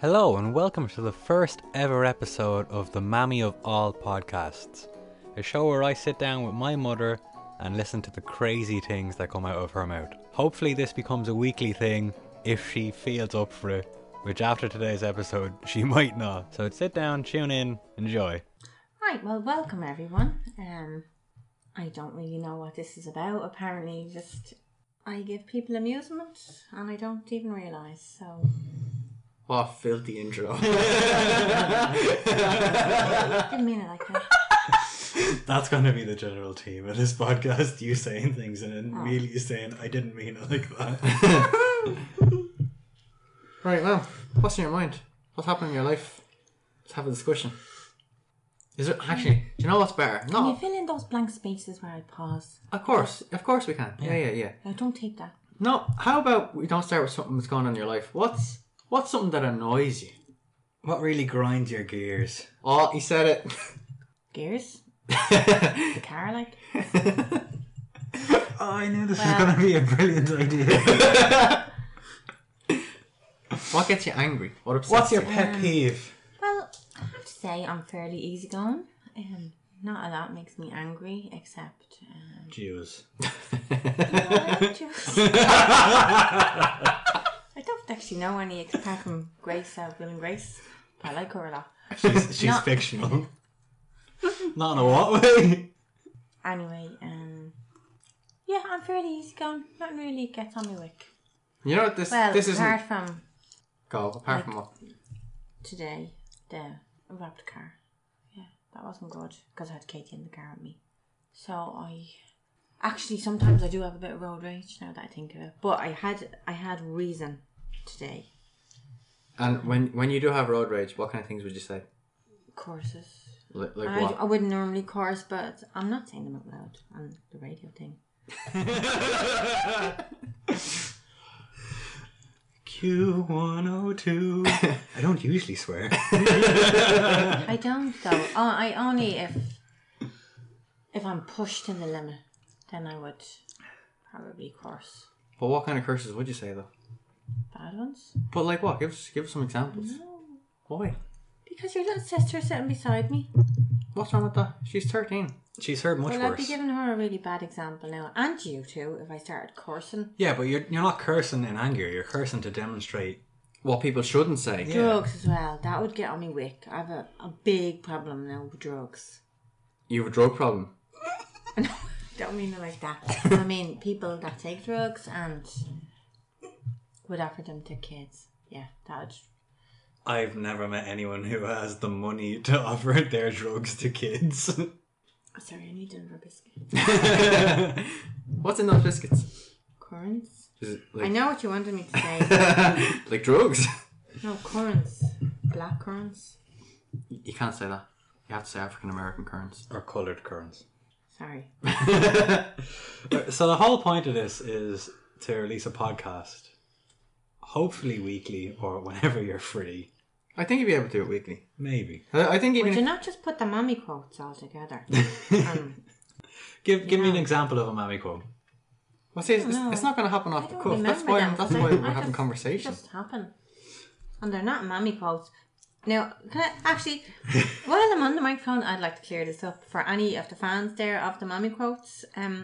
Hello, and welcome to the first ever episode of the Mammy of All podcasts, a show where I sit down with my mother and listen to the crazy things that come out of her mouth. Hopefully, this becomes a weekly thing if she feels up for it, which after today's episode, she might not. So sit down, tune in, enjoy. Right, well, welcome everyone. Um, I don't really know what this is about. Apparently, just I give people amusement, and I don't even realise. So, What a filthy intro. didn't mean it like that. That's going to be the general theme of this podcast you saying things and then me saying, I didn't mean it like that. right, well, what's in your mind? What's happening in your life? Let's have a discussion. Is it actually? Do you know what's better? Can you No, fill in those blank spaces where I pause? of course, of course we can. Yeah, yeah, yeah. No, don't take that. No, how about we don't start with something that's going on in your life? What's what's something that annoys you? what really grinds your gears? Oh, he said Gears, it. the car, like Oh, I knew this was going to be a brilliant idea. what gets you angry? What upsets What's your you? pet peeve? Well, I have to say I'm fairly easygoing. Um, not a lot makes me angry, except um, Jews. I just- I don't actually know any apart from Grace, uh, Will and Grace. but I like her a lot. She's, she's Not- fictional. Not in a what way? Anyway, um, yeah, I'm fairly easygoing. Nothing really gets on me wick. You know what this Well, this isn't apart from go apart from what today, the wrapped car. Yeah, that wasn't good because I had Katie in the car with me. So I actually sometimes I do have a bit of road rage now that I think of it. But I had I had reason today. and when when you do have road rage, what kind of things would you say? Courses. Li- Like, I, what? I wouldn't normally course, but I'm not saying them out loud on the radio thing. Q102. I don't usually swear. I don't though. O- I only if if I'm pushed in the limit, then I would probably course But what kind of curses would you say though? bad ones. But like what? Give us give us some examples. Why? Because your little sister's sitting beside me. What's wrong with that? She's thirteen. She's heard much well, I'd be worse. giving her a really bad example now, and you too, if I started cursing. Yeah, but you're, you're not cursing in anger, you're cursing to demonstrate. What people shouldn't say. Yeah. Drugs as well. That would get on me wick. I have a, a big problem now with drugs. You have a drug problem. Don't mean it like that. I mean people that take drugs and would offer them to kids. Yeah, that would I've never met anyone who has the money to offer their drugs to kids. Oh, Sorry, I need another biscuit. What's in those biscuits? Currants. Is it I like know what you wanted me to say. like drugs? no, currants. Black currants. You can't say that. You have to say African American currents. or coloured currants. Sorry. So the whole point of this is to release a podcast, hopefully weekly or whenever you're free. I think you'd be able to do it weekly. Maybe. I I think even Would if- you not just put the mommy quotes all together? Um, Give give me an example of a mammy quote. Well, see, it's, it's- No. it's not going to happen I off the don't cuff. remember That's why them, I'm, that's 'cause why I- we're I having just- conversations. just happen. And they're not mommy quotes. Now, can I, actually, while I'm on the microphone, I'd like to clear this up for any of the fans there of the mommy quotes. Um,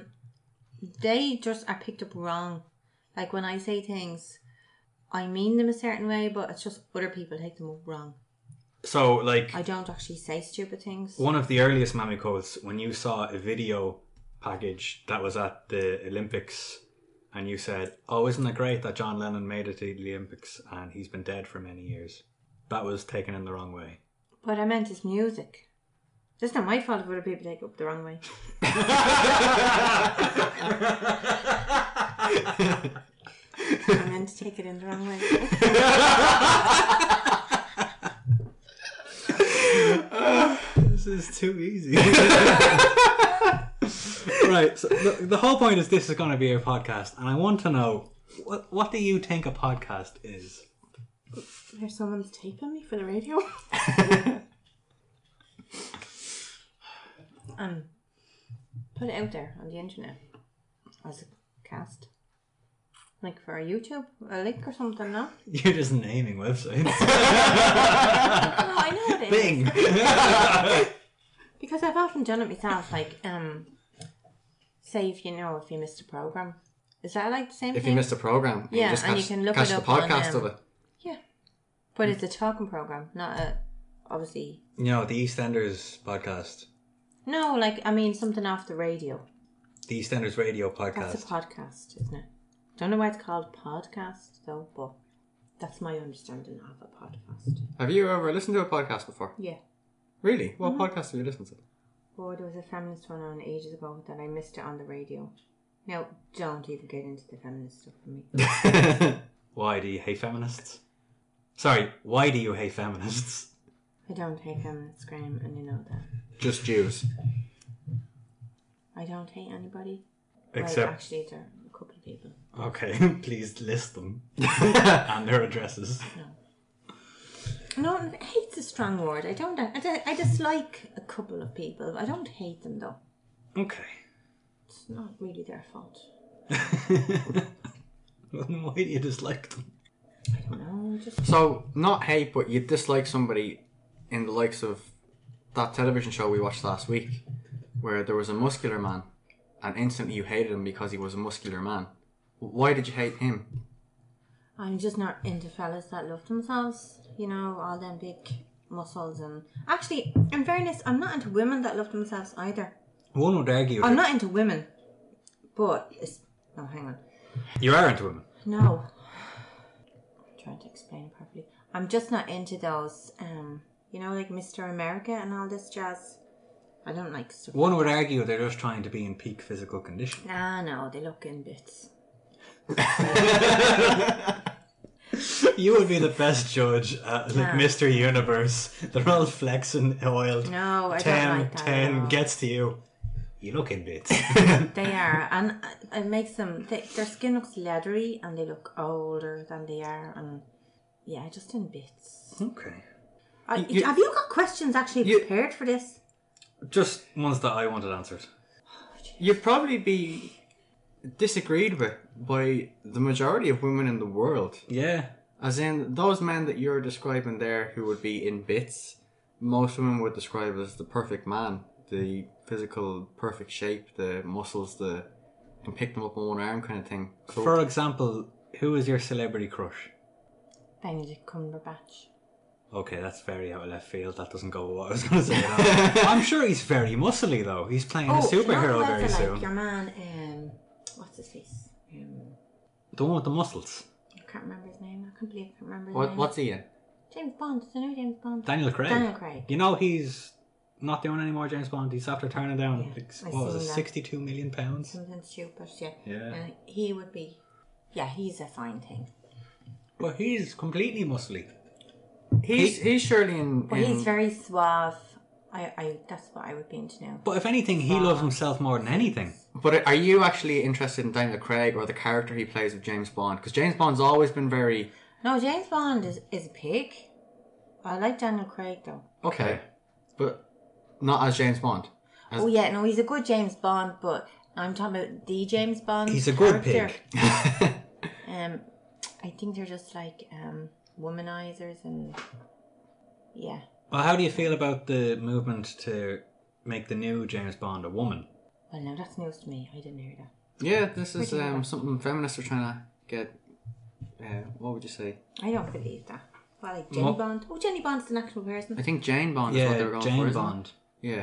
they just are picked up wrong. Like when I say things, I mean them a certain way, but it's just other people take them up wrong. So like I don't actually say stupid things. one of the earliest mammy quotes when you saw a video package that was at the Olympics and you said, Oh, isn't it great that John Lennon made it to the Olympics and he's been dead for many years? That was taken in the wrong way. What I meant is music. It's not my fault if other people take it up the wrong way. I meant to take it in the wrong way. This is too easy. right. So the, the whole point is this is going to be a podcast, and I want to know what what do you think a podcast is? There's someone's taping me for the radio. um, put it out there on the internet as a cast. Like for a YouTube, a link or something, no? You're just naming websites. Oh, I know it is. Bing. Because I've often done it myself, like, um, say if you know if you missed a program. Is that like the same If thing? you missed a program, Yeah, you just and catch, you can look catch it the up on, podcast um, of it. yeah. But it's a talking program, not a, obviously. you know, the EastEnders podcast. No, like, I mean something off the radio. The EastEnders radio That's a podcast. podcast, isn't it? Don't know why it's called podcast, though, but that's my understanding of a podcast. Have you ever listened to a podcast before? Yeah. Really? What Mm-hmm. podcast have you listened to? Oh, there was a feminist one on ages ago that I missed it on the radio. No, don't even get into the feminist stuff for me. Why do you hate feminists? Sorry, why do you hate feminists? I don't hate feminists, Graham, and you know that. Just Jews. I don't hate anybody. well, Except, actually, there are a couple of people. okay, please list them and their addresses. No, hate's a strong word. I don't. I, di- I dislike a couple of people. I don't hate them though. Okay. It's not really their fault. Well, then why do you dislike them? I don't know. Just So, not hate, but you dislike somebody in the likes of that television show we watched last week, where there was a muscular man, and instantly you hated him because he was a muscular man. Why did you hate him? I'm just not into fellas that love themselves. You know, all them big muscles and actually, in fairness, I'm not into women that love themselves either. One would argue I'm that not into women, but it's no. Hang on. you are into women. No. I'm trying to explain it properly. I'm just not into those, um, you know, like Mr. America and all this jazz. I don't like stuff. One would argue they're just trying to be in peak physical condition. Ah, no, they look in bits. You would be the best judge at like Mr. Universe. They're all flexing, oiled. No, I 10, don't like that. at 10 all. gets to you. You look in bits. They are, and uh, it makes them, they, their skin looks leathery and they look older than they are, and yeah, just in bits. okay. I, you- have you got questions actually you- prepared for this? Just ones that I wanted answered. You'd probably be disagreed with by the majority of women in the world. Yeah. As in, those men that you're describing there who would be in bits, most women would describe as the perfect man. The physical, perfect shape, the muscles, the can pick them up on one arm kind of thing. So- For example, who is your celebrity crush? Benedict Cumberbatch. Okay, that's very out of left field. That doesn't go with what I was going to say. now. I'm sure he's very muscly though. He's playing a you know who superhero else I very Oh, like? soon. Your man, um, what's his face? Um, The one with the muscles. I can't remember his name. I can't believe I can't remember his What, name. what's he in? James Bond? Is it new James Bond? Daniel Craig. Daniel Craig. You know he's not doing any more James Bond. He's after turning down Yeah, like, I what was it, seen that. Mm. sixty-two million pounds. Something stupid, yeah. Yeah. And he would be. Yeah, he's a fine thing. Well, he's completely muscly. He's, he's surely in. But in he's very suave. I, I, that's what I would be into now. But if anything, he loves himself more than anything. but are you actually interested in Daniel Craig or the character he plays with James Bond? Because James Bond's always been very. No, James Bond is, is a pig. I like Daniel Craig though. Okay. But not as James Bond. As- Oh yeah, no, he's a good James Bond, but I'm talking about the James Bond. He's a good character. pig. Um, I think they're just like um womanizers and yeah. Well, how do you feel about the movement to make the new James Bond a woman? Well, no, that's news to me. I didn't hear that. Yeah, this is um, something feminists are trying to get. Uh, what would you say? I don't believe that. Well, like Jenny Mo- Bond. Oh, Jenny Bond's an actual person. I think Jane Bond is what they Yeah, were going for. Jane isn't it? Bond. Yeah.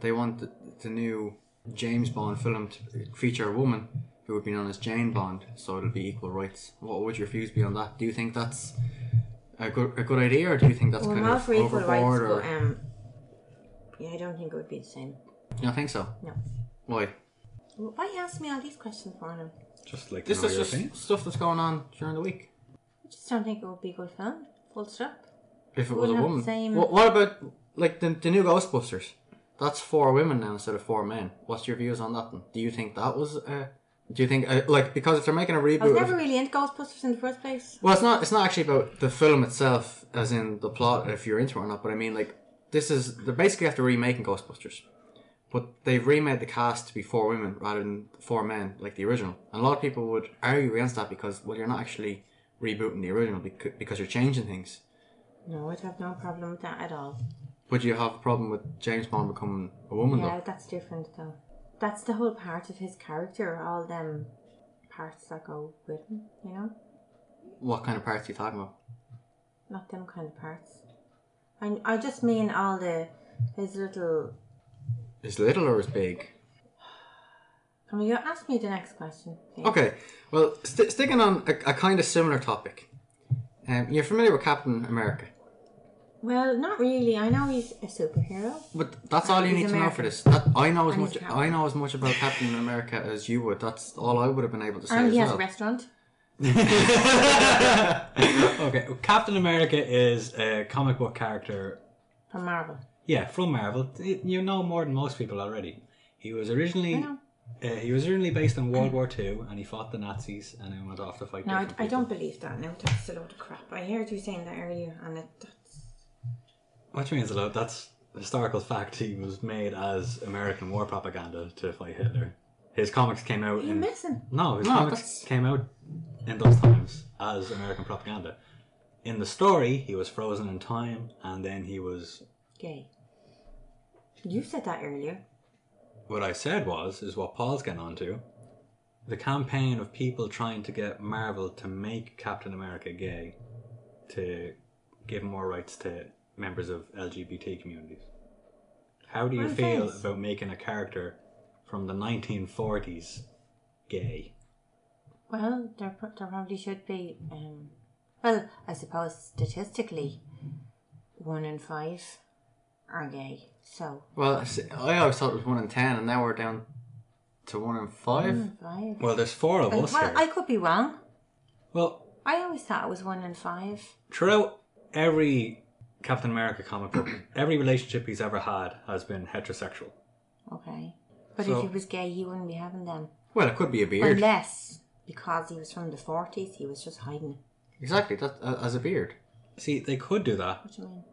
They want the, the new James Bond film to feature a woman who would be known as Jane Bond, so it'll be equal rights. What would your views be on that? Do you think that's a good, a good idea, or do you think that's Well, kind not of for equal overboard? rights, or but um, yeah, I don't think it would be the same. you don't think so? No. Why? Well, Why you ask me all these questions for now? Just like This know is your just opinion. stuff that's going on during the week. I just don't think it would be a good film. Full stop. If it Wouldn't was a have the woman, same- what, what about like the, the new Ghostbusters? That's four women now instead of four men. What's your views on that? Then? Do you think that was? Uh, do you think uh, like because if they're making a I was reboot, of- never really into Ghostbusters in the first place. Well, it's not. It's not actually about the film itself, as in the plot, if you're into it or not. But I mean, like, this is they're basically after remaking Ghostbusters, But they've remade the cast to be four women rather than four men like the original. And a lot of people would argue against that because, well, you're not actually rebooting the original becau- because you're changing things. No, I'd have no problem with that at all. But you have a problem with James Bond becoming a woman, Yeah, though. that's different though. That's the whole part of his character, all them parts that go with him, you know? What kind of parts are you talking about? Not them kind of parts. I, I just mean all the his little. Is little or is big? Can we go ask me the next question? please? Okay, well, st- sticking on a, a kind of similar topic. Um, you're familiar with Captain America, Well, not really. I know he's a superhero. but that's all you He's need to know American. for this. That, I know as And much. he's Captain. I know as much about Captain America as you would. That's all I would have been able to say. And as Um, he has well. a restaurant. Okay, well, Captain America is a comic book character From Marvel. Yeah, from Marvel. Y- You know more than most people already. He was originally know. uh, he was originally based in World War Two, and he fought the Nazis, and then went off to fight. No, I, different I people. don't believe that. No, that's a load of crap. I heard you saying that earlier, and it, that's What do you mean, it's a lot? That's a historical fact. He was made as American war propaganda to fight Hitler. His comics came out you're in missing. no, his No, comics that's- came out in those times as American propaganda. In the story, he was frozen in time, and then he was. Gay. You said that earlier. What I said was is what Paul's getting onto. the campaign of people trying to get Marvel to make Captain America gay to give more rights to members of LGBT communities. How do you Why feel this? about making a character from the 1940s gay? Well, there, pro- there probably should be. Um, well, I suppose statistically, one in five are gay. So, Well, I see- I always thought it was one in ten, and now we're down to one in five. one in five. Well, there's four of Uh, Oh, well, us well, here. I could be wrong. Well, I always thought it was one in five. throughout every Captain America comic book, every relationship he's ever had has been heterosexual. Okay. But So- if he was gay, he wouldn't be having them. Well, it could be a beard. Unless, because he was from the 40s, he was just hiding. exactly, that uh, as a beard. See, they could do that, What do you mean?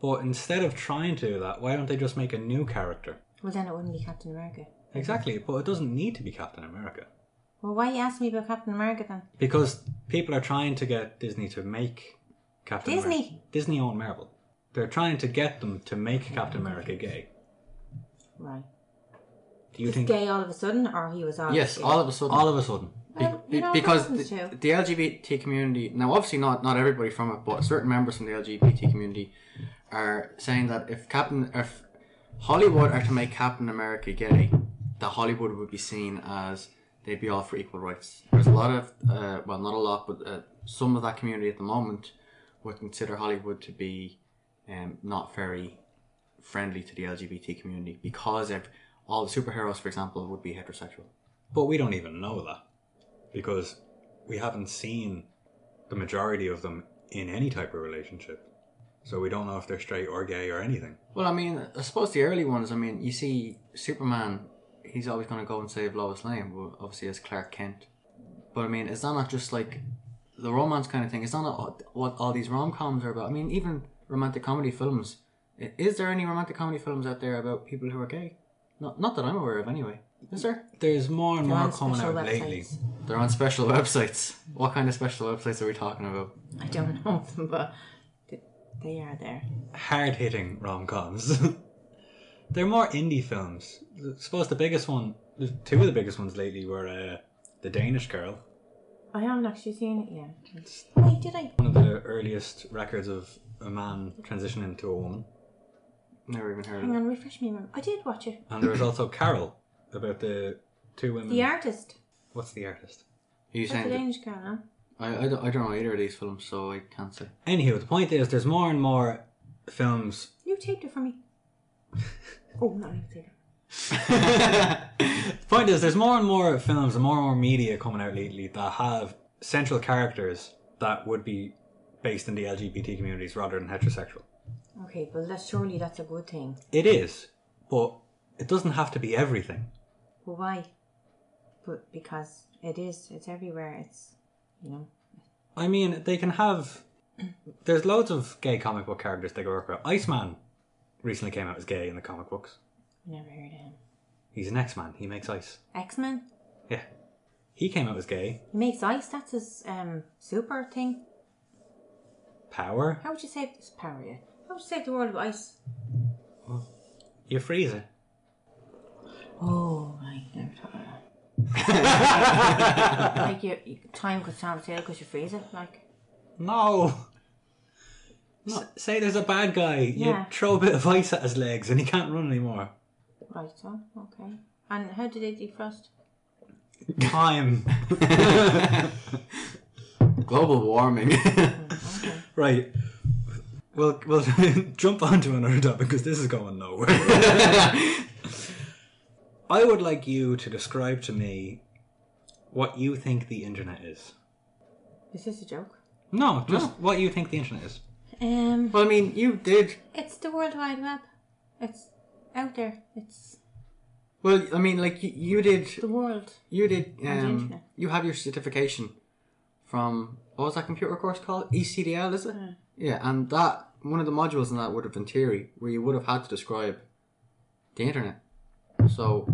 but instead of trying to do that, why don't they just make a new character? Well, then it wouldn't be Captain America. Exactly, but it doesn't need to be Captain America Well, why you ask me about Captain America then? because people are trying to get Disney to make Captain Disney? America. Disney own Marvel. They're trying to get them to make Captain America gay. Right. Do you He's think gay all of a sudden, or he was always Yes, gay? all of a sudden. all of a sudden? Be- Well, be- you know, because happens the, to. the LGBT community now, obviously not not everybody from it, but certain members from the LGBT community are saying that if Captain if Hollywood are to make Captain America gay, that Hollywood would be seen as they'd be all for equal rights. There's a lot of uh, well, not a lot, but uh, some of that community at the moment would consider Hollywood to be um, not very friendly to the LGBT community because if all the superheroes, for example, would be heterosexual. But we don't even know that because we haven't seen the majority of them in any type of relationship. So we don't know if they're straight or gay or anything. Well, I mean, I suppose the early ones. I mean, you see Superman; he's always going to go and save Lois Lane, well, obviously as Clark Kent. But I mean, is that not just like the romance kind of thing? Is that not what all these rom coms are about? I mean, even romantic comedy films. I- Is there any romantic comedy films out there about people who are gay? Not, not that I'm aware of, anyway. Is there? There's more and They're more on coming out special lately. websites. They're on special websites. What kind of special websites are we talking about? I don't know of them, but th- they are there. hard hitting rom coms. They're more indie films. I suppose the biggest one, the two of the biggest ones lately were uh, The Danish Girl, I haven't actually seen it yet. Wait, did I? one of the earliest records of a man transitioning to a woman. Never even heard of. Hang it. on, refresh me. mem- I did watch it. And there was also Carol, about the two women. Mm. The artist. What's the artist? Are you That's a saying? that- Danish girl, huh? I, I, don't, I don't know either of these films, so I can't say. Anywho, the point is there's more and more films. You taped it for me. oh, no, I did. The point is there's more and more films and more and more media coming out lately that have central characters that would be based in the LGBT communities rather than heterosexual. Okay, well, that's surely that's a good thing. It is, but it doesn't have to be everything. Well, why? But because it is. It's everywhere. It's, you know. I mean, they can have. There's loads of gay comic book characters they can work with. Iceman recently came out as gay in the comic books. I never heard of him. He's an X Man. He makes ice. X Men. Yeah. He came out as gay. He makes ice. That's his um super thing. Power. How would you save this power? Yeah. How would you save the world with ice? You freeze it. Oh, right. Never thought of that. like your, your time could stand still because you freeze it. Like No. S- say there's a bad guy. You Yeah. throw a bit of ice at his legs and he can't run anymore. right on. Okay. And how do they defrost? Time. Global warming. Okay. right. We'll, we'll jump onto another topic because this is going nowhere. I would like you to describe to me what you think the internet is. Is this a joke? No, just what you think the internet is. Um, well, I mean, you did. it's the World Wide Web. It's out there. It's Well, I mean, like you, you did. the world. You did. On the Um, internet. you have your certification from what was that computer course called? E ECDL, is it? Uh-huh. Yeah, and that one of the modules in that would have been theory, where you would have had to describe the internet. So,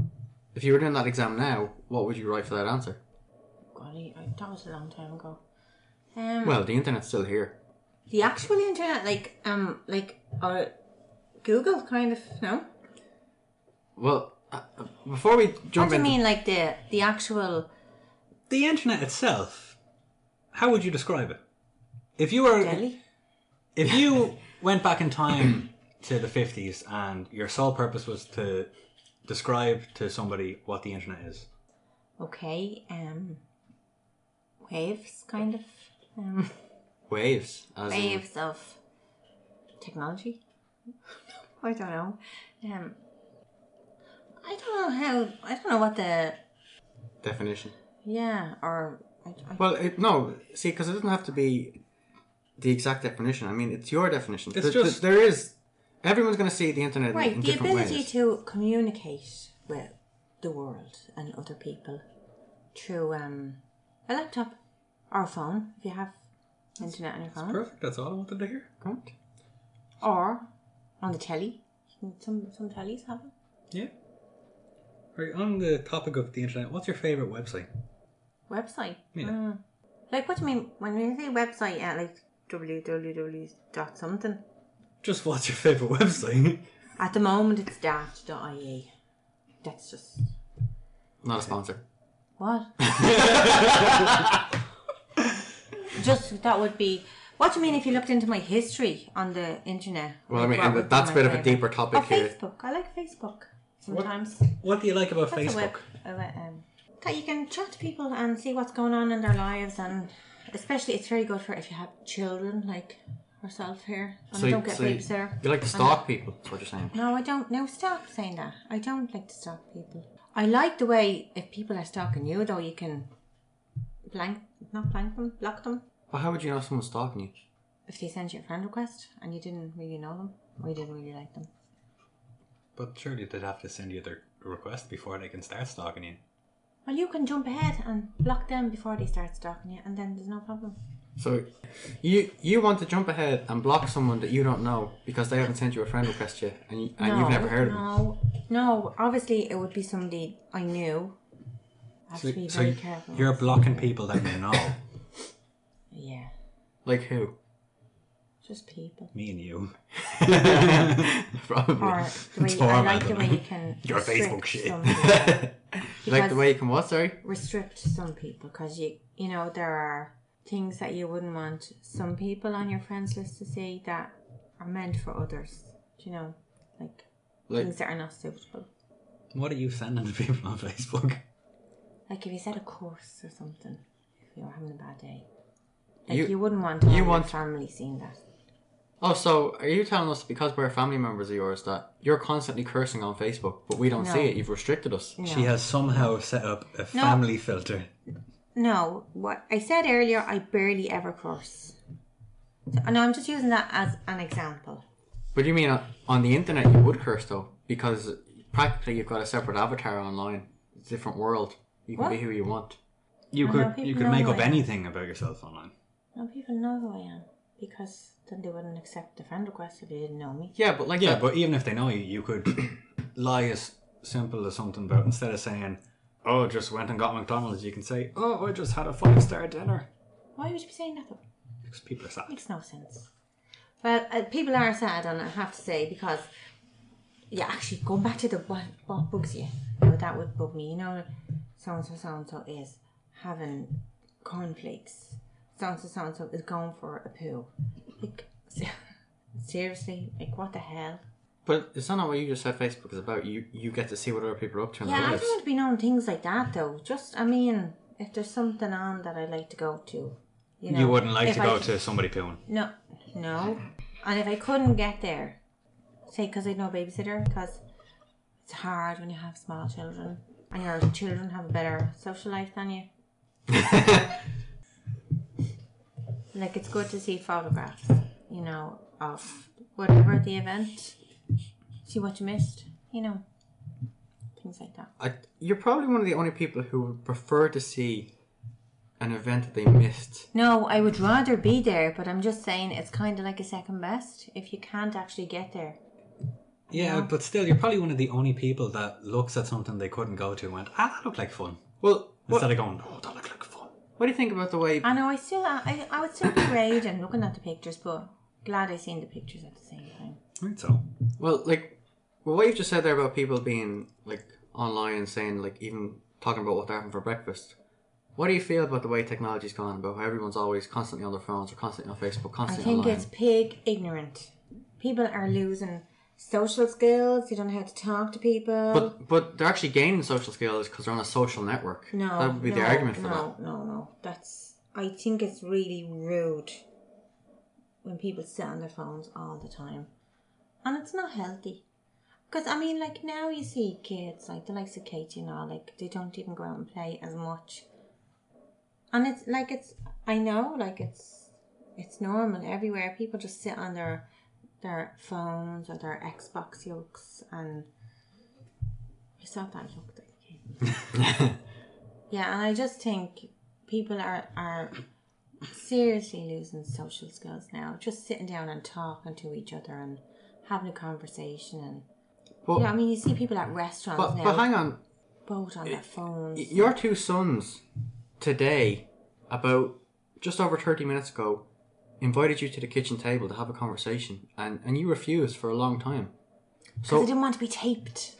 if you were doing that exam now, what would you write for that answer? Golly, I, that was a long time ago. Um, Well, the internet's still here. the actual internet, like um, like uh, Google, kind of no. Well, uh, uh, before we What jump do you into mean, like the the actual The internet itself, how would you describe it? If you were jelly? if you went back in time to the 50s and your sole purpose was to describe to somebody what the internet is Okay, um, waves, kind of um, waves, as in- waves of technology. I don't know. Um, I don't know how. I don't know what the definition. yeah or. I, I, Well, it, no, see, because it doesn't have to be the exact definition. I mean, it's your definition. It's There- just- there is everyone's going to see the internet in- in, Right, the different ability ways. to communicate with the world and other people through um, a laptop or a phone, if you have internet on your phone, perfect that's all i wanted to hear Correct. or on the telly. Some some tellies have them. yeah right on the topic of the internet what's your favorite website Website. Yeah. Mm. Like what do you mean when you say website? Yeah, like www dot something. just what's your favorite website At the moment, it's dash.ie. That's just Not a Oh, sponsor. What? Just that would be. What do you mean if you looked into my history on the internet? Well, I mean, what and would be that's my a bit of a favourite? deeper topic Or here. Facebook. I like Facebook sometimes. what do you like about That's a web- facebook a web- um, that you can chat to people and see what's going on in their lives, and especially it's very good for if you have children like herself here. And I don't get you- babes there. you like to stalk people. That's what you're saying. No, I don't. No, stop saying that. I don't like to stalk people. I like the way if people are stalking you, though, you can blank, not blank them, block them. Well, how would you know someone's stalking you? If they send you a friend request and you didn't really know them or you didn't really like them. but surely they'd have to send you their request before they can start stalking you Well, you can jump ahead and block them before they start stalking you, and then there's no problem. So, you you want to jump ahead and block someone that you don't know because they haven't sent you a friend request yet, and, you, and no, you've never heard of them. no, no. Obviously, it would be somebody I knew. I have to be very careful. you're blocking people that you know Yeah, Like who? just people. me and you Probably. Or the way It's I horrible, like the isn't way you can. Your Facebook restrict shit. some people. like because- the way you can what? Sorry. restrict some people because you you know there are things that you wouldn't want some people on your friends list to see that are meant for others. Do you know, like, Like things that are not suitable. what are you sending to people on facebook Like if you said a course or something, if you were having a bad day, like You- you, wouldn't want all you your want- family seeing that. Oh, so are you telling us because we're family members of yours that you're constantly cursing on Facebook, but we don't No. see it? You've restricted us. No. she has somehow set up a family filter No, what I said earlier, I barely ever curse. So, no, I'm just using that as an example. But you mean uh, on the internet you would curse though, because practically you've got a separate avatar online. It's a different world. You can What? be who you want. You I know could you people could know make who up I am. anything about yourself online. No, people know who I am because then they wouldn't accept the friend request if they didn't know me. Yeah, but like Yeah, that. but even if they know you, you could lie as simple as something about instead of saying, "Oh, just went and got McDonald's," you can say, "Oh, I just had a five star dinner." Why would you be saying that though? Because people are sad. Makes no sense. Well, uh, people are sad, and I have to say because, yeah, actually, going back to the what, what bugs you, you know, that would bug me. You know, so and so, so and so is having cornflakes. So and so, so and so is going for a poo. Like, se- seriously, like what the hell? But it's not what you just said Facebook is about. You you get to see what other people are up to in Yeah, their I lives. don't want to be known things like that though. Just, I mean, if there's something on that I like to go to, you know, You wouldn't like if to I go to somebody pooing. No, no. And if I couldn't get there, say because I'd no babysitter, because it's hard when you have small children and your children have a better social life than you. like it's good to see photographs, you know, of whatever the event. See what you missed, you know, things like that. I, you're probably one of the only people who would prefer to see an event that they missed. No, I would rather be there, but I'm just saying it's kind of like a second best if you can't actually get there. Yeah, but still, you're probably one of the only people that looks at something they couldn't go to and went, "Ah, that looked like fun," Well, what, instead of going, "Oh, that looked like fun." what do you think about the way? I know. I still, I, I would still be raging looking at the pictures, but glad I seen the pictures at the same time. Right, so Well, like well, what you've just said there about people being like online and saying like even talking about what they're having for breakfast. What do you feel about the way technology's gone? About how everyone's always constantly on their phones or constantly on Facebook, I constantly think online. it's pig ignorant. People are losing social skills. You don't know how to talk to people. But but they're actually gaining social skills because they're on a social network. no, that would be the no, argument for no, No, no, That's. I think it's really rude when people sit on their phones all the time, and it's not healthy. Because I mean, like now you see kids like the likes of Kate, you know, like they don't even go out and play as much. And it's like it's I know like it's it's normal everywhere. People just sit on their their phones or their Xbox yokes and it's not that yoke that you yeah, and I just think people are are seriously losing social skills now. Just sitting down and talking to each other and having a conversation and that. But, yeah, I mean you see people at restaurants but, now but hang on, both on their phones. Y- Your two sons today, about just over 30 minutes ago, invited you to the kitchen table to have a conversation, and, and you refused for a long time. Because I So, didn't want to be taped.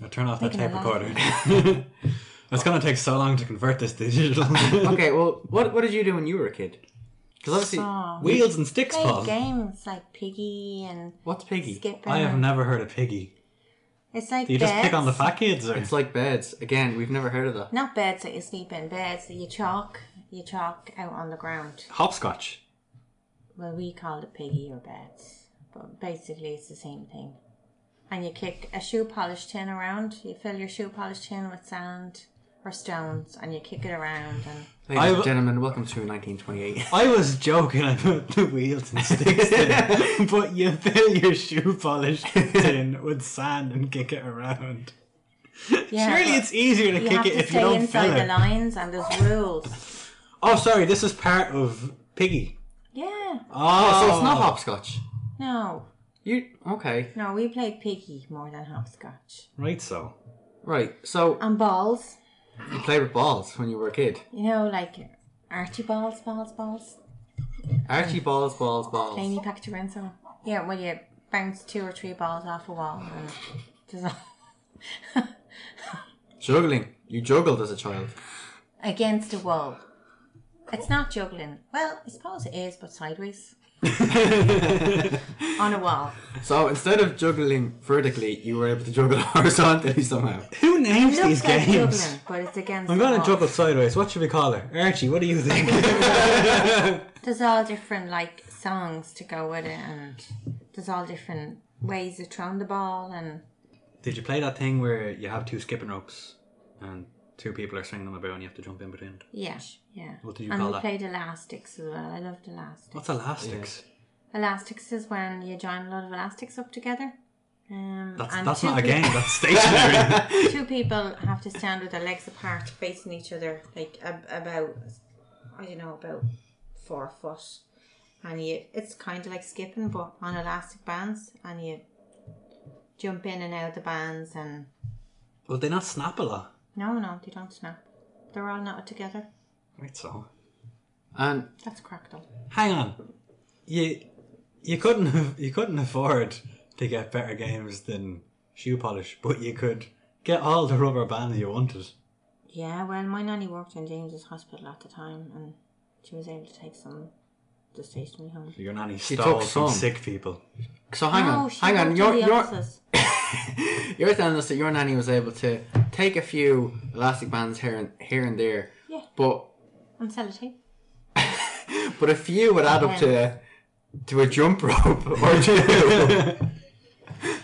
Now turn off that Making a tape lot recorder. it's going to take so long to convert this to digital. okay, well, what, what did you do when you were a kid? Because obviously, Oh, Wheels and sticks, play Paul. games like Piggy and what's Piggy? Skipper. I have and- never heard of piggy. It's like Do you just pick beds. on the fat kids, or It's like beds. Again, we've never heard of that. Not beds that you sleep in. Beds that you chalk. You chalk out on the ground. hopscotch? Well, we call it piggy or bats, but basically it's the same thing. And you kick a shoe polish tin around. You fill your shoe polish tin with sand or stones, and you kick it around. And Ladies I've- and gentlemen, welcome to 1928. I was joking about the wheels and sticks, thing, but you fill your shoe polish tin with sand and kick it around. yeah, Surely but it's easier to you kick have it to if stay you don't inside fill the it. lines, and there's rules. Oh, sorry, this is part of piggy. Yeah, Oh, So it's not hopscotch. no, You okay? no, we played piggy more than hopscotch right. So Right. So and balls. you played with balls when you were a kid. You know, like Archie balls, balls, balls, Archie balls, balls, balls. tiny packet of rinso. Yeah, well, you bounce two or three balls off a wall. And just Juggling. You juggled as a child. against a wall. It's not juggling. Well, I suppose it is, but sideways. On a wall. So instead of juggling vertically, you were able to juggle horizontally somehow. who names It these looks like games? juggling, but it's against I'm the going wall. to juggle sideways. What should we call her? Archie, what do you think? There's all different like songs to go with it, and there's all different ways of throwing the ball, and Did you play that thing where you have two skipping ropes and two people are swinging them about and you have to jump in between? yeah, yeah. What do you and call we that? played elastics as well. I loved elastics. What's elastics? Elastics is when you join a lot of elastics up together. Um, That's, and that's two not a peop- game, that's stationary. two people have to stand with their legs apart facing each other like ab- about i don't know about four foot and you it's kind of like skipping but on elastic bands and you jump in and out the bands and Well, they not snap a lot. No, no, they don't snap. They're all knotted together. Right, so And That's crack though. hang on, you you couldn't have, you couldn't afford to get better games than shoe polish, but you could get all the rubber band you wanted. Yeah, well, my nanny worked in James's hospital at the time, and she was able to take some to the stationery home. Your nanny She stole took from some. sick people. so Oh, hang no, on, Oh, she hang worked on. in You're the you're offices. you're telling us that your nanny was able to take a few elastic bands here and here and there, Yeah, but and sellotape. but a few would add up to to a jump rope or two.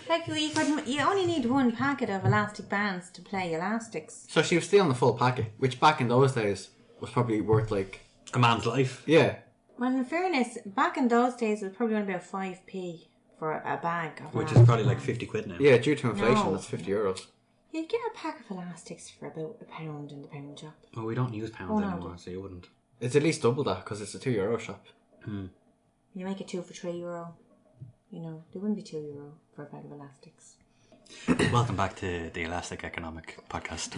Like you, you could, you only need one packet of elastic bands to play elastics. so she was stealing the full packet, which back in those days was probably worth like A man's life. yeah. Well, in fairness, back in those days, it was probably only about five p for a bag of. Which is elastic probably like bands. 50 quid now. Yeah, due to inflation, No. that's fifty euros. You'd get a pack of elastics for about a pound in the pound shop. Well, we don't use pounds Oh, no, I anymore, don't. so you wouldn't. It's at least double that because it's a two euro shop. Hmm. You make it two for three euro. You know, there wouldn't be two euro for a bag of elastics. Welcome back to the Elastic Economic Podcast.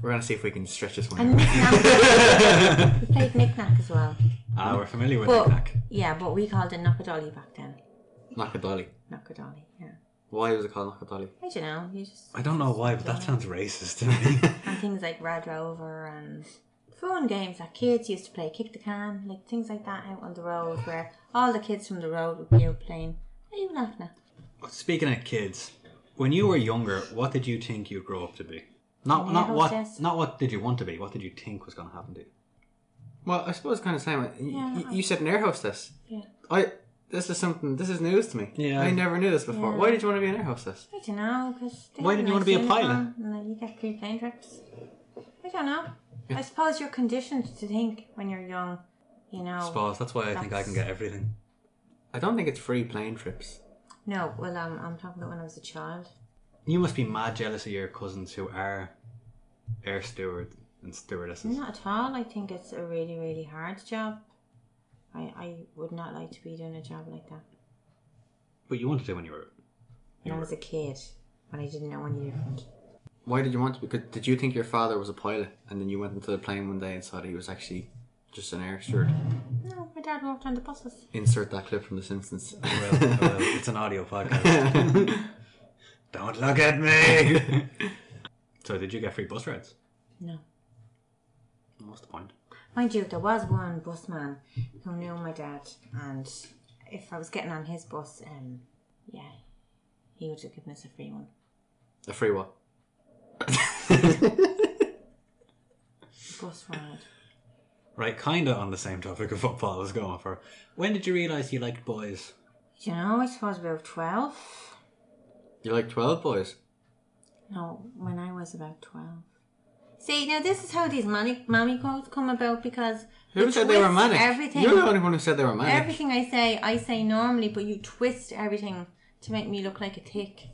We're gonna see if we can stretch this one. And out. knick-knack. we played knick-knack as well. ah, we're familiar with But, knick-knack. yeah, but we called it knockadolly back then. Knock a dolly. Knockadolly, yeah. Why was it called knock a dolly? I don't know, you just... I don't know why, but that sounds racist to me. And things like Red Rover and phone games that kids used to play, kick the can, like things like that out on the road where all the kids from the road would be out playing. What are you laughing at? Speaking of kids, when you were younger, what did you think you'd grow up to be? Not An not air what hostess. not what did you want to be. What did you think was going to happen to you? Well, I suppose kind of same. You, Yeah. you- you said an air hostess. Yeah. I. This is something. This is news to me. Yeah. I never knew this before. Yeah. Why did you want to be an air hostess? I don't know, because... Why didn't you want to be a pilot? And then you get free plane trips. I don't know. I suppose you're conditioned to think when you're young, you know... Suppose Oh, that's why I think I can get everything. I don't think it's free plane trips. No, well, um, I'm talking about when I was a child. You must be mad jealous of your cousins who are air steward and stewardesses. Not at all. I think it's a really, really hard job. I, I would not like to be doing a job like that But you wanted to when you were. when I was a kid, when I didn't know any different. Why did you want to? Because did you think your father was a pilot, and then you went into the plane one day and saw that he was actually just an air steward? No, my dad walked on the buses. Insert that clip from The Simpsons. Well, well, it's an audio podcast. Don't look at me. so did you get free bus rides? No. What's the point? Mind you, there was one busman who knew my dad, and if I was getting on his bus, um, yeah, he would have given us a free one. a free what? Bus ride. Right, kinda on the same topic of football I was going for. When did you realise you liked boys? You know, I suppose about 12. You like twelve boys? No, when I was about 12. See, now this is how these manic mommy quotes come about because. Who you said they were twist manic? Everything, You're the only one who said they were manic. everything I say, I say normally, but you twist everything to make me look like a tick.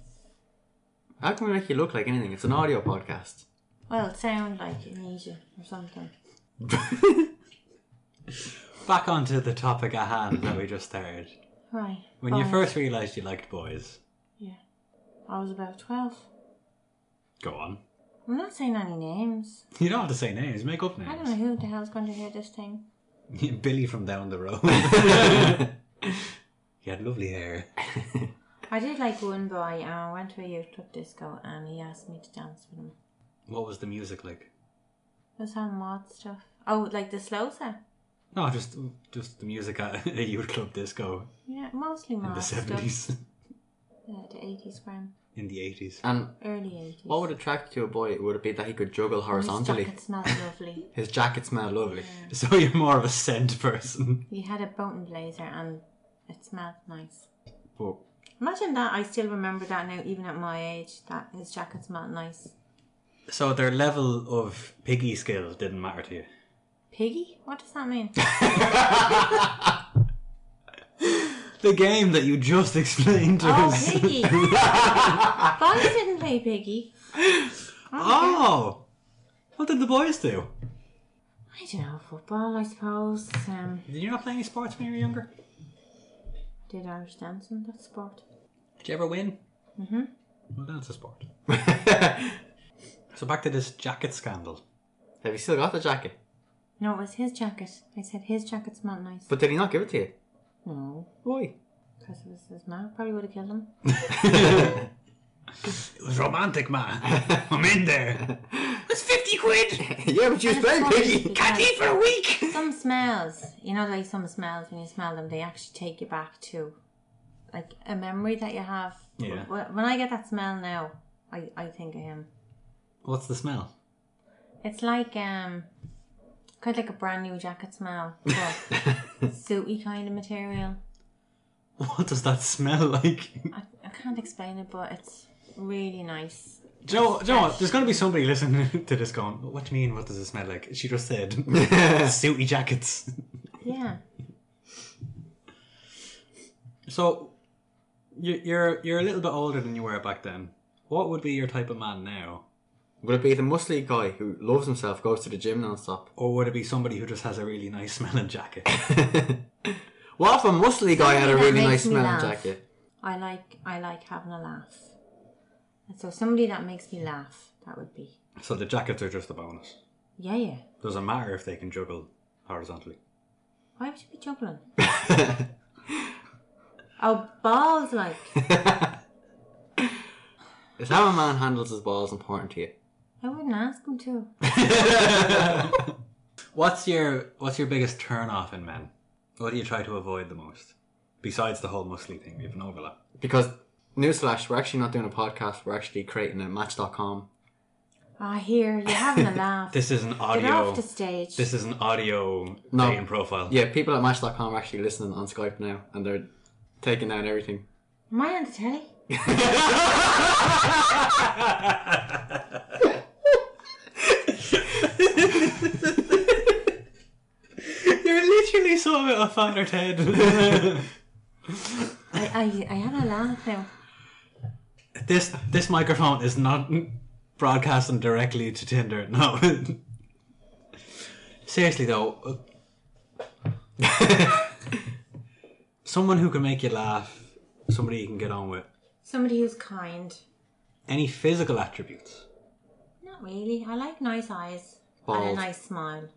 How can we make you look like anything? It's an audio podcast. Well, sound like amnesia or something. Back onto the topic at hand that we just started. Right. When you boys. first realised you liked boys, Yeah. I was about 12. go on. I'm not saying any names. You don't have to say names, make up I don't know names. who the hell's going to hear this thing. Billy from down the road. he had lovely hair. I did like one boy, and I went to a youth club disco, and he asked me to dance with him. What was the music like? It was on mod stuff. Oh, like the slow set. No, just just the music at a youth club disco Yeah, mostly in the Mars. stuff. seventies. Yeah, the eighties, Graham. In the eighties. And Early eighties. what would attract you to a boy? Would it be that he could juggle horizontally? It's not lovely. His jacket smelled lovely. So you're more of a scent person. He had a button blazer and it smelled nice. But Imagine that. I still remember that now, even at my age, that his jacket smelled nice. So their level of piggy skill didn't matter to you. Piggy? What does that mean? The game that you just explained to oh, us. Piggy! Boys didn't play Piggy. Oh, what did the boys do? I don't know, football, I suppose. Um, Did you not play any sports when you were younger? did Irish dancing, that's sport. Did you ever win? Mm-hmm. Well, that's a sport. So back to this jacket scandal. Have you still got the jacket? No, it was his jacket. I said his jacket's not nice. But did he not give it to you? no, Why? because it was his mom. Probably would have killed him. It was romantic, man. I'm in there. It's 50 quid. yeah, but you was And playing it's piggy. funny Can't eat for a week. Some smells, you know, like some smells when you smell them, they actually take you back to like a memory that you have. Yeah. Wh- When I get that smell now, I, I think of him. What's the smell? It's like um, kind of like a brand new jacket smell, but suity kind of material. What does that smell like? Do I, I can't explain it, but it's really nice. you know, do you know what? There's going to be somebody listening to this going, what do you mean, what does it smell like? She just said, suity jackets. Yeah. So, you- you're, you're a little bit older than you were back then. What would be your type of man now? Would it be the muscly guy who loves himself, goes to the gym non-stop? Or would it be somebody who just has a really nice smelling jacket? What if a muscly guy had a Somebody that really nice makes me smelling laugh. jacket? I like I like having a laugh. And so somebody that makes me laugh, that would be. so the jackets are just a bonus. Yeah, yeah. Doesn't matter if they can juggle horizontally. Why would you be juggling? oh, balls like. Is how a man handles his balls important to you? I wouldn't ask him to. What's your What's your biggest turn off in men? What do you try to avoid the most? Besides the whole muscly thing, we have an overlap. Because, newsflash, we're actually not doing a podcast, we're actually creating a Match.com. Ah, here, you're having a laugh. This is an Get audio. off the stage. This is an audio No. dating profile. Yeah, people at Match.com are actually listening on Skype now, and they're taking down everything. Am I on the telly? You're literally so out of Fander's head. I, I, I had a laugh now. this This microphone is not broadcasting directly to Tinder. No. Seriously though, uh, someone who can make you laugh, somebody you can get on with. Somebody who's kind. Any physical attributes? Not really. I like nice eyes and a Balls. nice smile.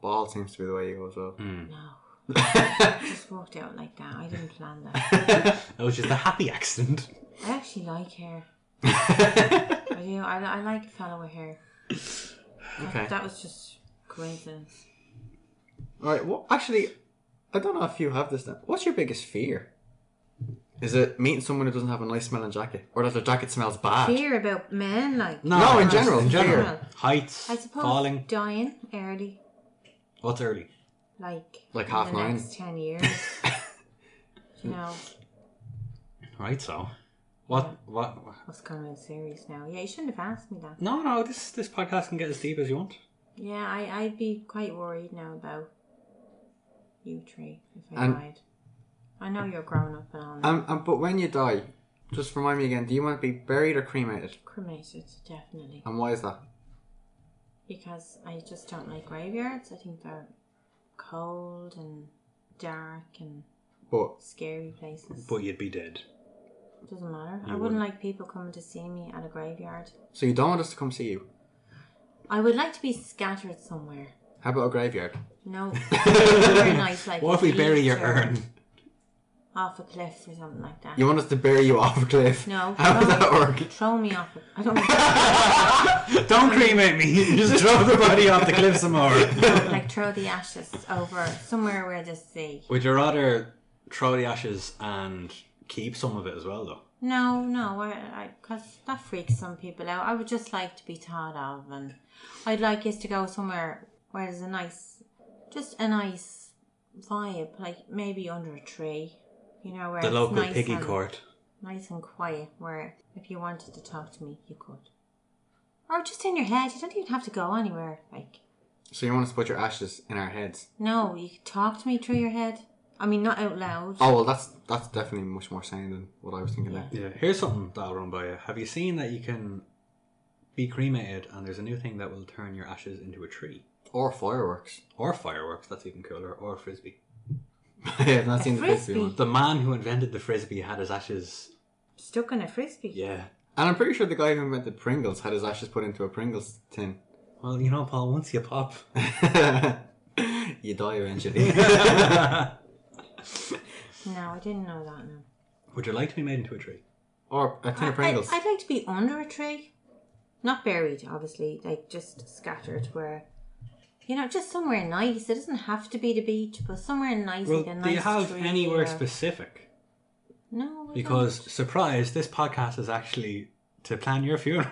Ball seems to be the way you go as well. Hmm. No. I just walked out like that. I didn't plan that. That was just a happy accident. I actually like hair. I do. I, I like a fellow with hair. Okay. That was just coincidence. Alright, well, actually, I don't know if you have this now. What's your biggest fear? Is it meeting someone who doesn't have a nice smelling jacket? Or that their jacket smells bad? Fear about men, like. No, in just general, in general. Heights, I suppose falling. dying early, What's early? like Like in half the nine. next ten years. you know, Right, so what? What? what's kind of serious now? Yeah, you shouldn't have asked me that. No, no. This this podcast can get as deep as you want. Yeah, I I'd be quite worried now about you three if I And- died. I know you're growing up and all now. Um, um, but when you die, just remind me again, do you want to be buried or cremated? cremated, definitely, And why is that? because I just don't like graveyards. I think they're cold and dark and But scary places. But you'd be dead. Doesn't matter. I You wouldn't wouldn't. like people coming to see me at a graveyard. so you don't want us to come see you? I would like to be scattered somewhere. How about a graveyard? No, somewhere nice like. What if we a bury your beach or urn? off a cliff or something like that? You want us to bury you off a cliff? no, How would throw that me- work? Throw me off. It. I don't. want Don't cremate me. Just throw the body off the cliff some more. to, like throw the ashes over somewhere where there's sea. Would you rather throw the ashes and keep some of it as well, though? No, no, I, because that freaks some people out. I would just like to be thought of, and I'd like us to go somewhere where there's a nice, just a nice vibe, like maybe under a tree, you know, where The it's local nice piggy and, court. nice and quiet, where if you wanted to talk to me, you could, or just in your head. You don't even have to go anywhere. Like, So you want us to put your ashes in our heads? no, you could talk to me through your head. I mean, not out loud. Oh well, that's that's definitely much more sane than what I was thinking. There. Yeah. Here's something that'll run by you. Have you seen that you can be cremated and there's a new thing that will turn your ashes into a tree? Or fireworks. Or fireworks, that's even cooler, or frisbee. I have not A seen the frisbee frisbee. one. The man who invented the frisbee had his ashes. Stuck in a frisbee. Yeah. And I'm pretty sure the guy who invented Pringles had his ashes put into a Pringles tin. Well, you know, Paul, once you pop. you die eventually. No, I didn't know that. No. Would you like to be made into a tree? or a tin of Pringles. I, would like to be under a tree, not buried, obviously. Like just scattered, where you know, just somewhere nice. It doesn't have to be the beach, but somewhere nice. Well, like a nice do you have tree anywhere or- specific? No, we Because, surprise, this podcast is actually to plan your funeral.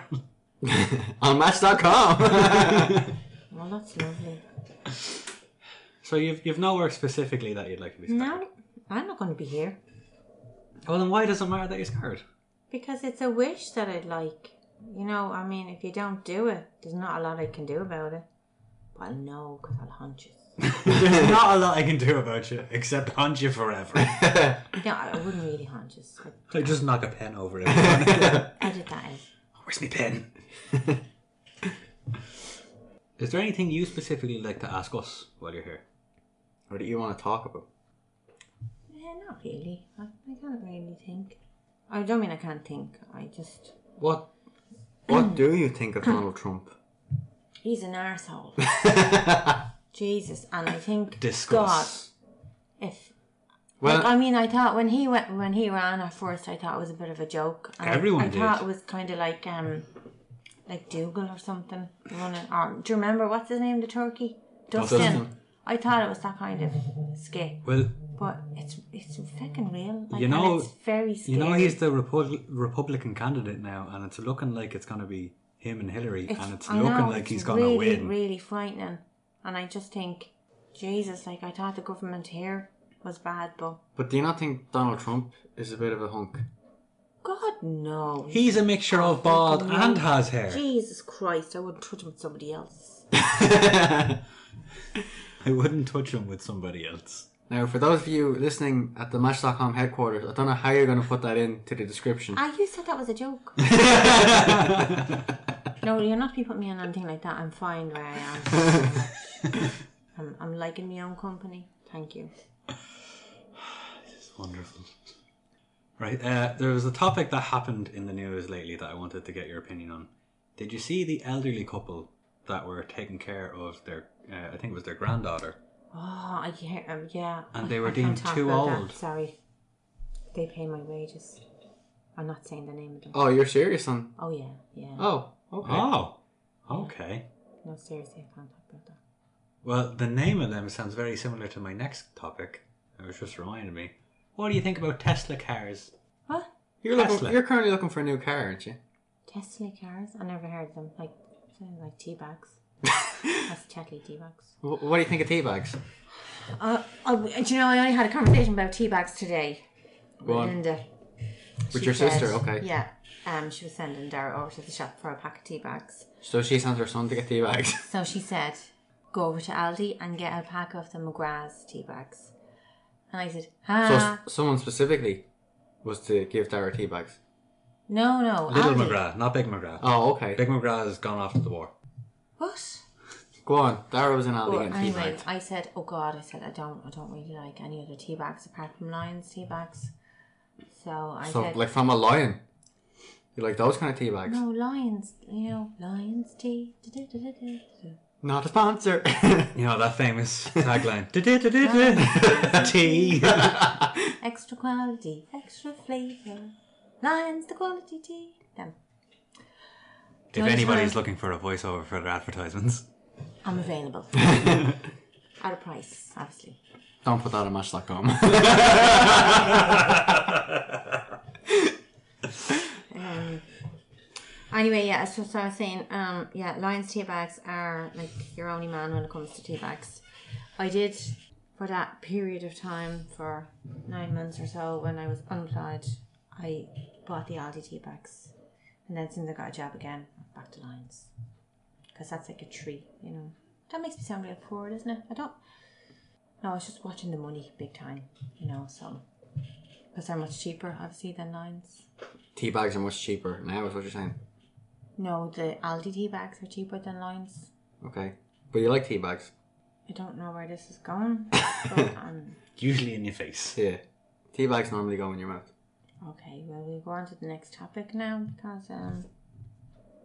On Match.com. don't. well, that's lovely. so you've, you've nowhere specifically that you'd like to be scattered. No, I'm not going to be here Well, then why does it matter that you're scared? because it's a wish that I'd like. You know, I mean, if you don't do it, there's not a lot I can do about it. But I know because I'll hunt you. There's not a lot I can do about you except haunt you forever. No, I wouldn't really hunt you. So I just knock a pen over it. edit that out. Where's my pen? Is there anything you specifically like to ask us while you're here? what do you want to talk about? Yeah, not really. I, I can't really think. I don't mean I can't think. I just What What do you think of Donald Trump? he's an asshole. Jesus, and I think Discuss. God, if Well, like, I mean, I thought when he went when he ran at first, I thought it was a bit of a joke. And I- Everyone I, did. thought it was kind of like um, like Dougal or something running. Or do you remember what's his name? The turkey, Dustin. Dustin. I thought it was that kind of skit, Well, but it's it's fucking real. Like, You and know- it's very scary. you know he's the Repu- Republican candidate now, and it's looking like it's going to be him and Hillary, and it's I looking know, like it's he's going really, to win. Really frightening, and I just think, Jesus, like I thought the government here was bad, but but do you not think Donald Trump is a bit of a hunk? God no. He's a mixture of bald and has hair. Jesus Christ, I wouldn't touch him with somebody else. I wouldn't touch him with somebody else. Now, for those of you listening at the Match.com headquarters, I don't know how you're going to put that into the description. Ah, you said that was a joke. no, you're not be putting me on anything like that. I'm fine where I am. I'm, I'm liking my own company. Thank you. It's wonderful. Right, uh, there was a topic that happened in the news lately that I wanted to get your opinion on. Did you see the elderly couple that were taking care of their, uh, I think it was their granddaughter? Oh, I can't. Um, yeah. And I- they were I can't deemed talk too about that. old. Sorry. They pay my wages. I'm not saying the name of them. Oh, you're serious, son? Oh yeah, yeah. Oh, okay. Oh, okay. No, seriously, I can't talk about that. Well, the name of them sounds very similar to my next topic. It was just reminding me. What do you think about Tesla cars? What? You're, looking, Tesla. you're currently looking for a new car, aren't you? Tesla cars? I never heard of them. Like, sounds like tea bags. That's Tetley tea bags. Wh- What do you think of teabags? Uh, uh, do you know, I only had a conversation about tea bags today. Go on. Linda. With She your said- sister, okay. Yeah. Um, she was sending Dara over to the shop for a pack of tea bags. So she sends her son to get teabags. So she said, go over to Aldi and get a pack of the McGrath's tea bags. And I said, ah. so s- someone specifically was to give Dara teabags. no, no. Little Aldi. McGrath, not Big McGrath. Oh, okay. Big McGrath has gone off to the war. What? Go on. Dara was in Aldi Well, getting anyway, teabagged. I said, "Oh God," I said, "I don't, I don't really like any other tea bags apart from Lions tea bags." So I So, said, like from a lion. You like those kind of teabags? "No, Lions, you know, Lions tea." Du-du-du-du-du-du. Not a sponsor. You know, that famous tagline. "Du-du-du-du-du, Tea. Extra quality, extra flavor. Lions, the quality tea. Them. If Don't anybody's tell. looking for a voiceover for their advertisements, I'm available at a price, obviously. Don't put that on Match.com. Um, anyway, yeah, so, so I was saying, um, yeah, Lions tea bags are like your only man when it comes to tea bags. I did for that period of time for nine months or so when I was unemployed, I bought the Aldi tea bags, and then since I got a job again, back to Lions, because that's like a tree, you know. That makes me sound real poor, doesn't it? I don't. No, I was just watching the money big time, you know. So, because they're much cheaper, obviously, than Lions. teabags are much cheaper now, is what you're saying. No, the Aldi tea bags are cheaper than Lime's. Okay. But you like teabags? I don't know where this is going. but, um, usually in your face. Yeah. Teabags normally go in your mouth. Okay, well, we go on to the next topic now because um,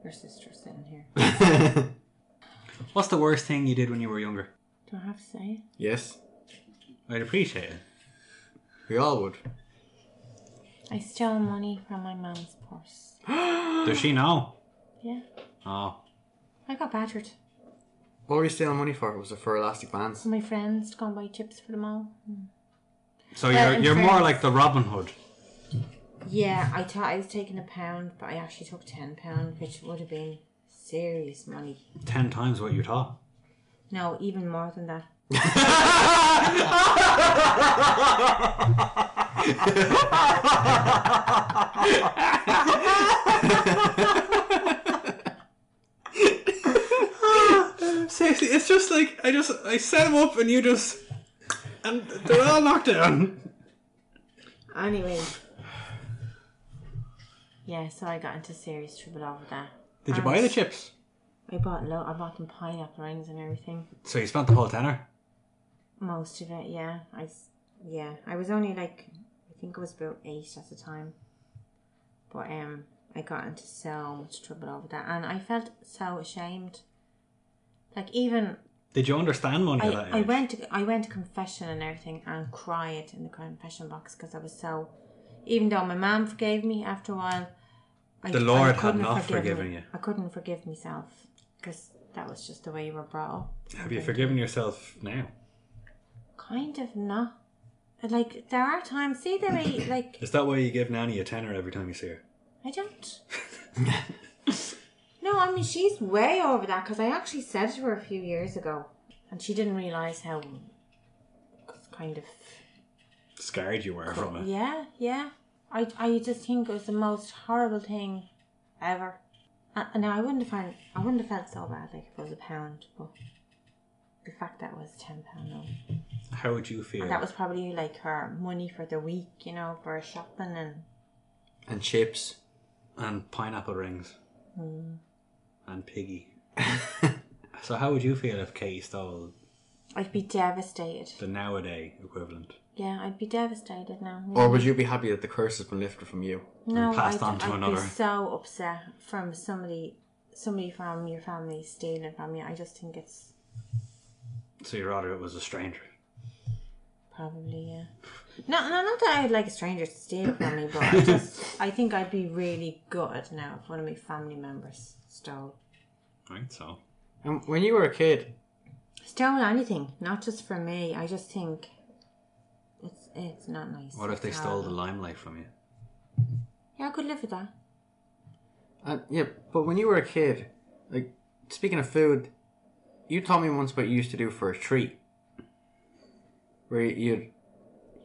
your sister's sitting here. What's the worst thing you did when you were younger? Do I have to say it? yes, I'd appreciate it. we all would. I stole money from my mum's purse. Does she know? Yeah, Oh, I got battered. What were you stealing money for? Was it for elastic bands? My friends to go and buy chips for the mall. so Uh, you're in you're more fairness- like the Robin Hood. Yeah, I thought I was taking a pound, but I actually took ten pound, which would have been serious money. Ten times what you thought. No, even more than that. Seriously, it's just like I just I set them up and you just and they're all knocked down. Anyway. Yeah, so I got into serious trouble over that. Did you And buy the chips? I bought lo- I bought them pineapple rings and everything. So you spent the whole tenner. Most of it, yeah. I s- yeah, I was only like I think I was about eight at the time, but um, I got into so much trouble over that, and I felt so ashamed. Like even Did you understand money I, at that I age? went to I went to confession and everything and cried in the confession box because I was so. Even though my mom forgave me after a while, I, The Lord I had couldn't not forgive forgiven me. you. I couldn't forgive myself because that was just the way you were brought up. Have you forgiven yourself now? Kind of not. Like there are times. See the way like Is that why you give Nanny a tenner every time you see her? I don't. no, I mean she's way over that because I actually said to her a few years ago, and she didn't realize how kind of Scared you were from it. Yeah, yeah. I, I just think it was the most horrible thing ever. And, and now I wouldn't have found, I wouldn't have felt so bad like if it was a pound, but the fact that it was ten pound though. How would you feel? And that was probably like her money for the week, you know, for shopping and And chips. and pineapple rings mm. and piggy. so how would you feel if Katie stole I'd be devastated. the nowadays equivalent? Yeah, I'd be devastated now. Or would you be happy that the curse has been lifted from you? no, passed I'd, on to I'd another? be so upset from somebody somebody from your family stealing from you. I just think it's So your rather it was a stranger. Probably, yeah. No, no, not that I'd like a stranger to steal from me, but I just, I think I'd be really gutted now if one of my family members stole. Right, so And Um, when you were a kid, Stole anything, not just for me. I just think it's it's not nice. what if they stole the limelight from you? Yeah, I could live with that. and Uh, yeah, but when you were a kid, like speaking of food, you told me once what you used to do for a treat, where you'd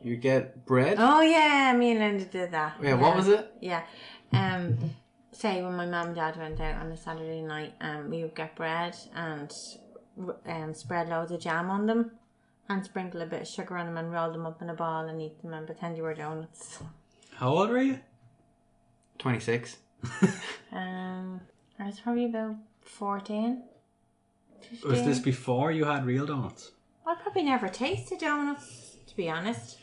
you get bread. Oh yeah, me and Linda did that. Yeah, what was it? Yeah. Um say when my mum and dad went out on a Saturday night um we would get bread and um spread loads of jam on them and sprinkle a bit of sugar on them and roll them up in a ball and eat them and pretend you were donuts. How old were you? Twenty six. Um I was probably about fourteen. Was 15. this before you had real donuts? I probably never tasted donuts, to be honest.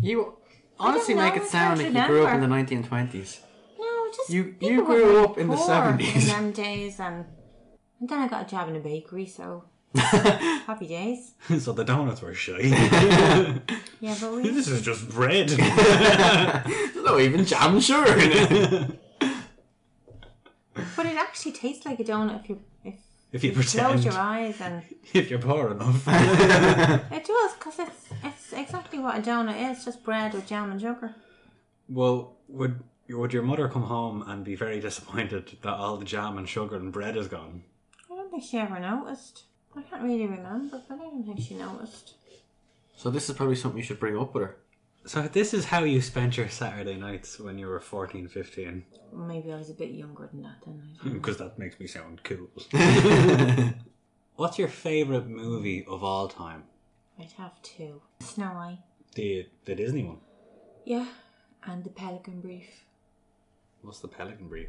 You don't honestly know, make it I sound like can't you grew up in remember. the nineteen twenties. No, just You- people you were grew really up in the poor 70s. in them days, and, and then I got a job in a bakery, so happy days. so the donuts were shite. Yeah, but we this is just bread. No, even jam and sugar in it. but it actually tastes like a donut if you if if you close pretend, your eyes, and if you're poor enough. it does because it's it's exactly what a donut is, just bread with jam and sugar. well, would would your mother come home and be very disappointed that all the jam and sugar and bread is gone? I don't think she ever noticed. I can't really remember, but I don't think she noticed. So this is probably something you should bring up with her. So this is how you spent your Saturday nights when you were 14, 15. Maybe I was a bit younger than that then. I don't know. Because that makes me sound cool. What's your favourite movie of all time? I'd have two. Snow White. The the Disney one. Yeah, and the Pelican Brief. What's the Pelican Brief?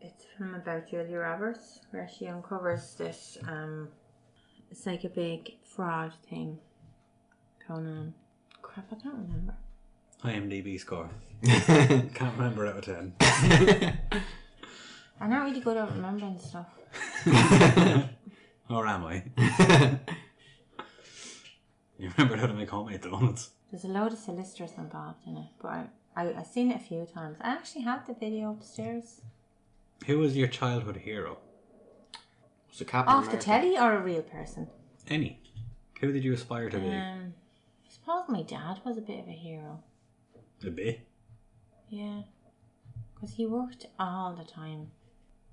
It's a film about Julia Roberts, where she uncovers this. Um, it's like a big fraud thing going on. Crap, I can't remember. IMDb score. Can't remember out of ten. I'm not really good at remembering stuff. Or am I? you remembered how to make homemade donuts. There's a load of solicitors involved in it, but I, I, I've seen it a few times. I actually have the video upstairs. Who was your childhood hero? Was it Captain Off the America? telly or a real person? Any. Who did you aspire to be? Um, I suppose my dad was a bit of a hero. To be? Yeah. Because he worked all the time.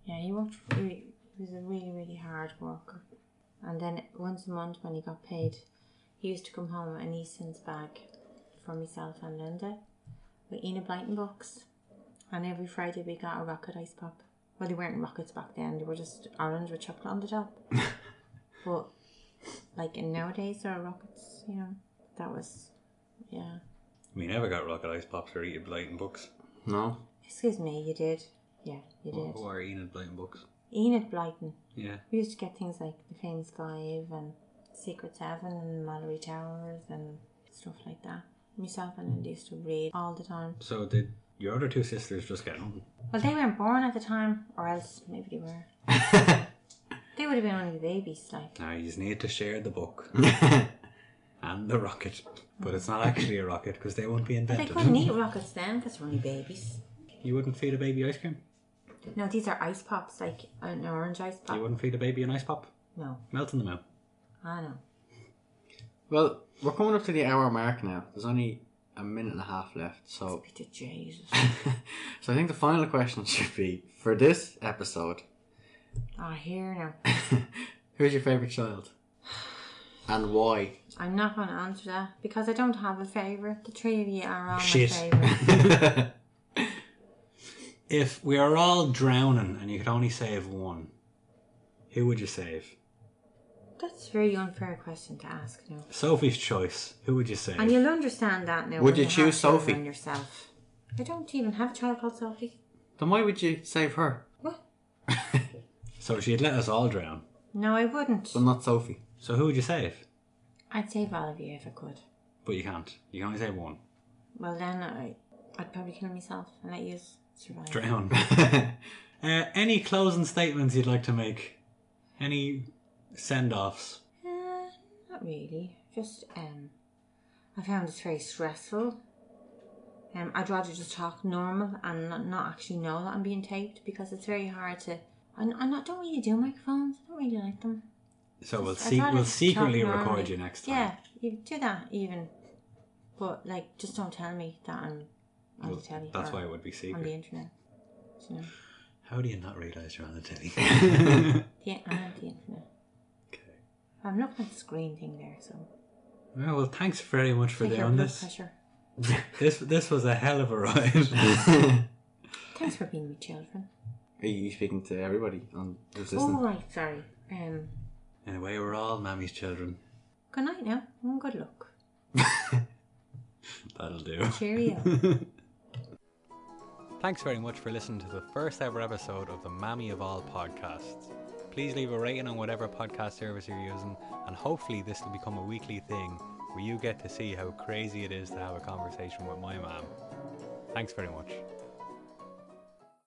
Yeah, he worked, re- he was a really, really hard worker. And then once a month when he got paid, he used to come home with an Easton's bag for myself and Linda with Ena Blyton books. And every Friday we got a rocket ice pop. Well, they weren't rockets back then, they were just orange with chocolate on the top. but like in nowadays, there are rockets, you know. That was, yeah. We never got rocket ice pops or Enid Blyton books. No. Excuse me, you did. Yeah, you did. Who are Enid Blyton books? Enid Blyton. Yeah. We used to get things like The Famous Five and Secret Seven and Mallory Towers and stuff like that. Myself and Linda used to read all the time. So did your other two sisters just get on? Well, they weren't born at the time, or else maybe they were. they would have been only babies, like. Now you just need to share the book and the rocket. But it's not actually a rocket because they won't be But they invented. couldn't eat rockets then, because they're only babies. You wouldn't feed a baby ice cream? No, these are ice pops, like an orange ice pop. You wouldn't feed a baby an ice pop? No, Melting them out. I know. Well, we're coming up to the hour mark now. There's only a minute and a half left, so Peter Jesus. so I think the final question should be for this episode: oh, here now. Who's your favorite child, and why? I'm not going to answer that because I don't have a favourite. The three of you are all Shit. my favourite. If we are all drowning and you could only save one, who would you save? That's a very unfair question to ask now. Sophie's choice. Who would you save? And you'll understand that now. Would when you have choose children Sophie? Yourself. I don't even have a child called Sophie. then why would you save her? What? So she'd let us all drown. No, I wouldn't. Well, not Sophie. So who would you save? I'd save all of you if I could. But you can't. You can only save one. Well, then I, I'd probably kill myself and let you survive. Drown. uh, any closing statements you'd like to make? Any send offs? Uh, not really. Just um, I found this very stressful. Um, I'd rather just talk normal and not, not actually know that I'm being taped because it's very hard to. And and I don't really do microphones. I don't really like them. So we'll, I'd se- rather we'll just secretly talk record normally. you next time. Yeah, you do that even. But like, just don't tell me that I'm on Well, the telly. that's or why it would be on the secret. internet. So, How do you not realise you're on the telly? yeah, I'm on the internet. okay. I'm looking at the screen thing there, so Well, well, thanks very much for take your doing blood this. pressure. This this was a hell of a ride. Thanks for being with children. Are you speaking to everybody on this Oh listening? right, sorry. Um, anyway, we're all mammy's children. Good night now, and good luck. That'll do. Cheerio. Thanks very much for listening to the first ever episode of the Mammy of All podcasts. Please leave a rating on whatever podcast service you're using, and hopefully, this will become a weekly thing where you get to see how crazy it is to have a conversation with my mom. Thanks very much.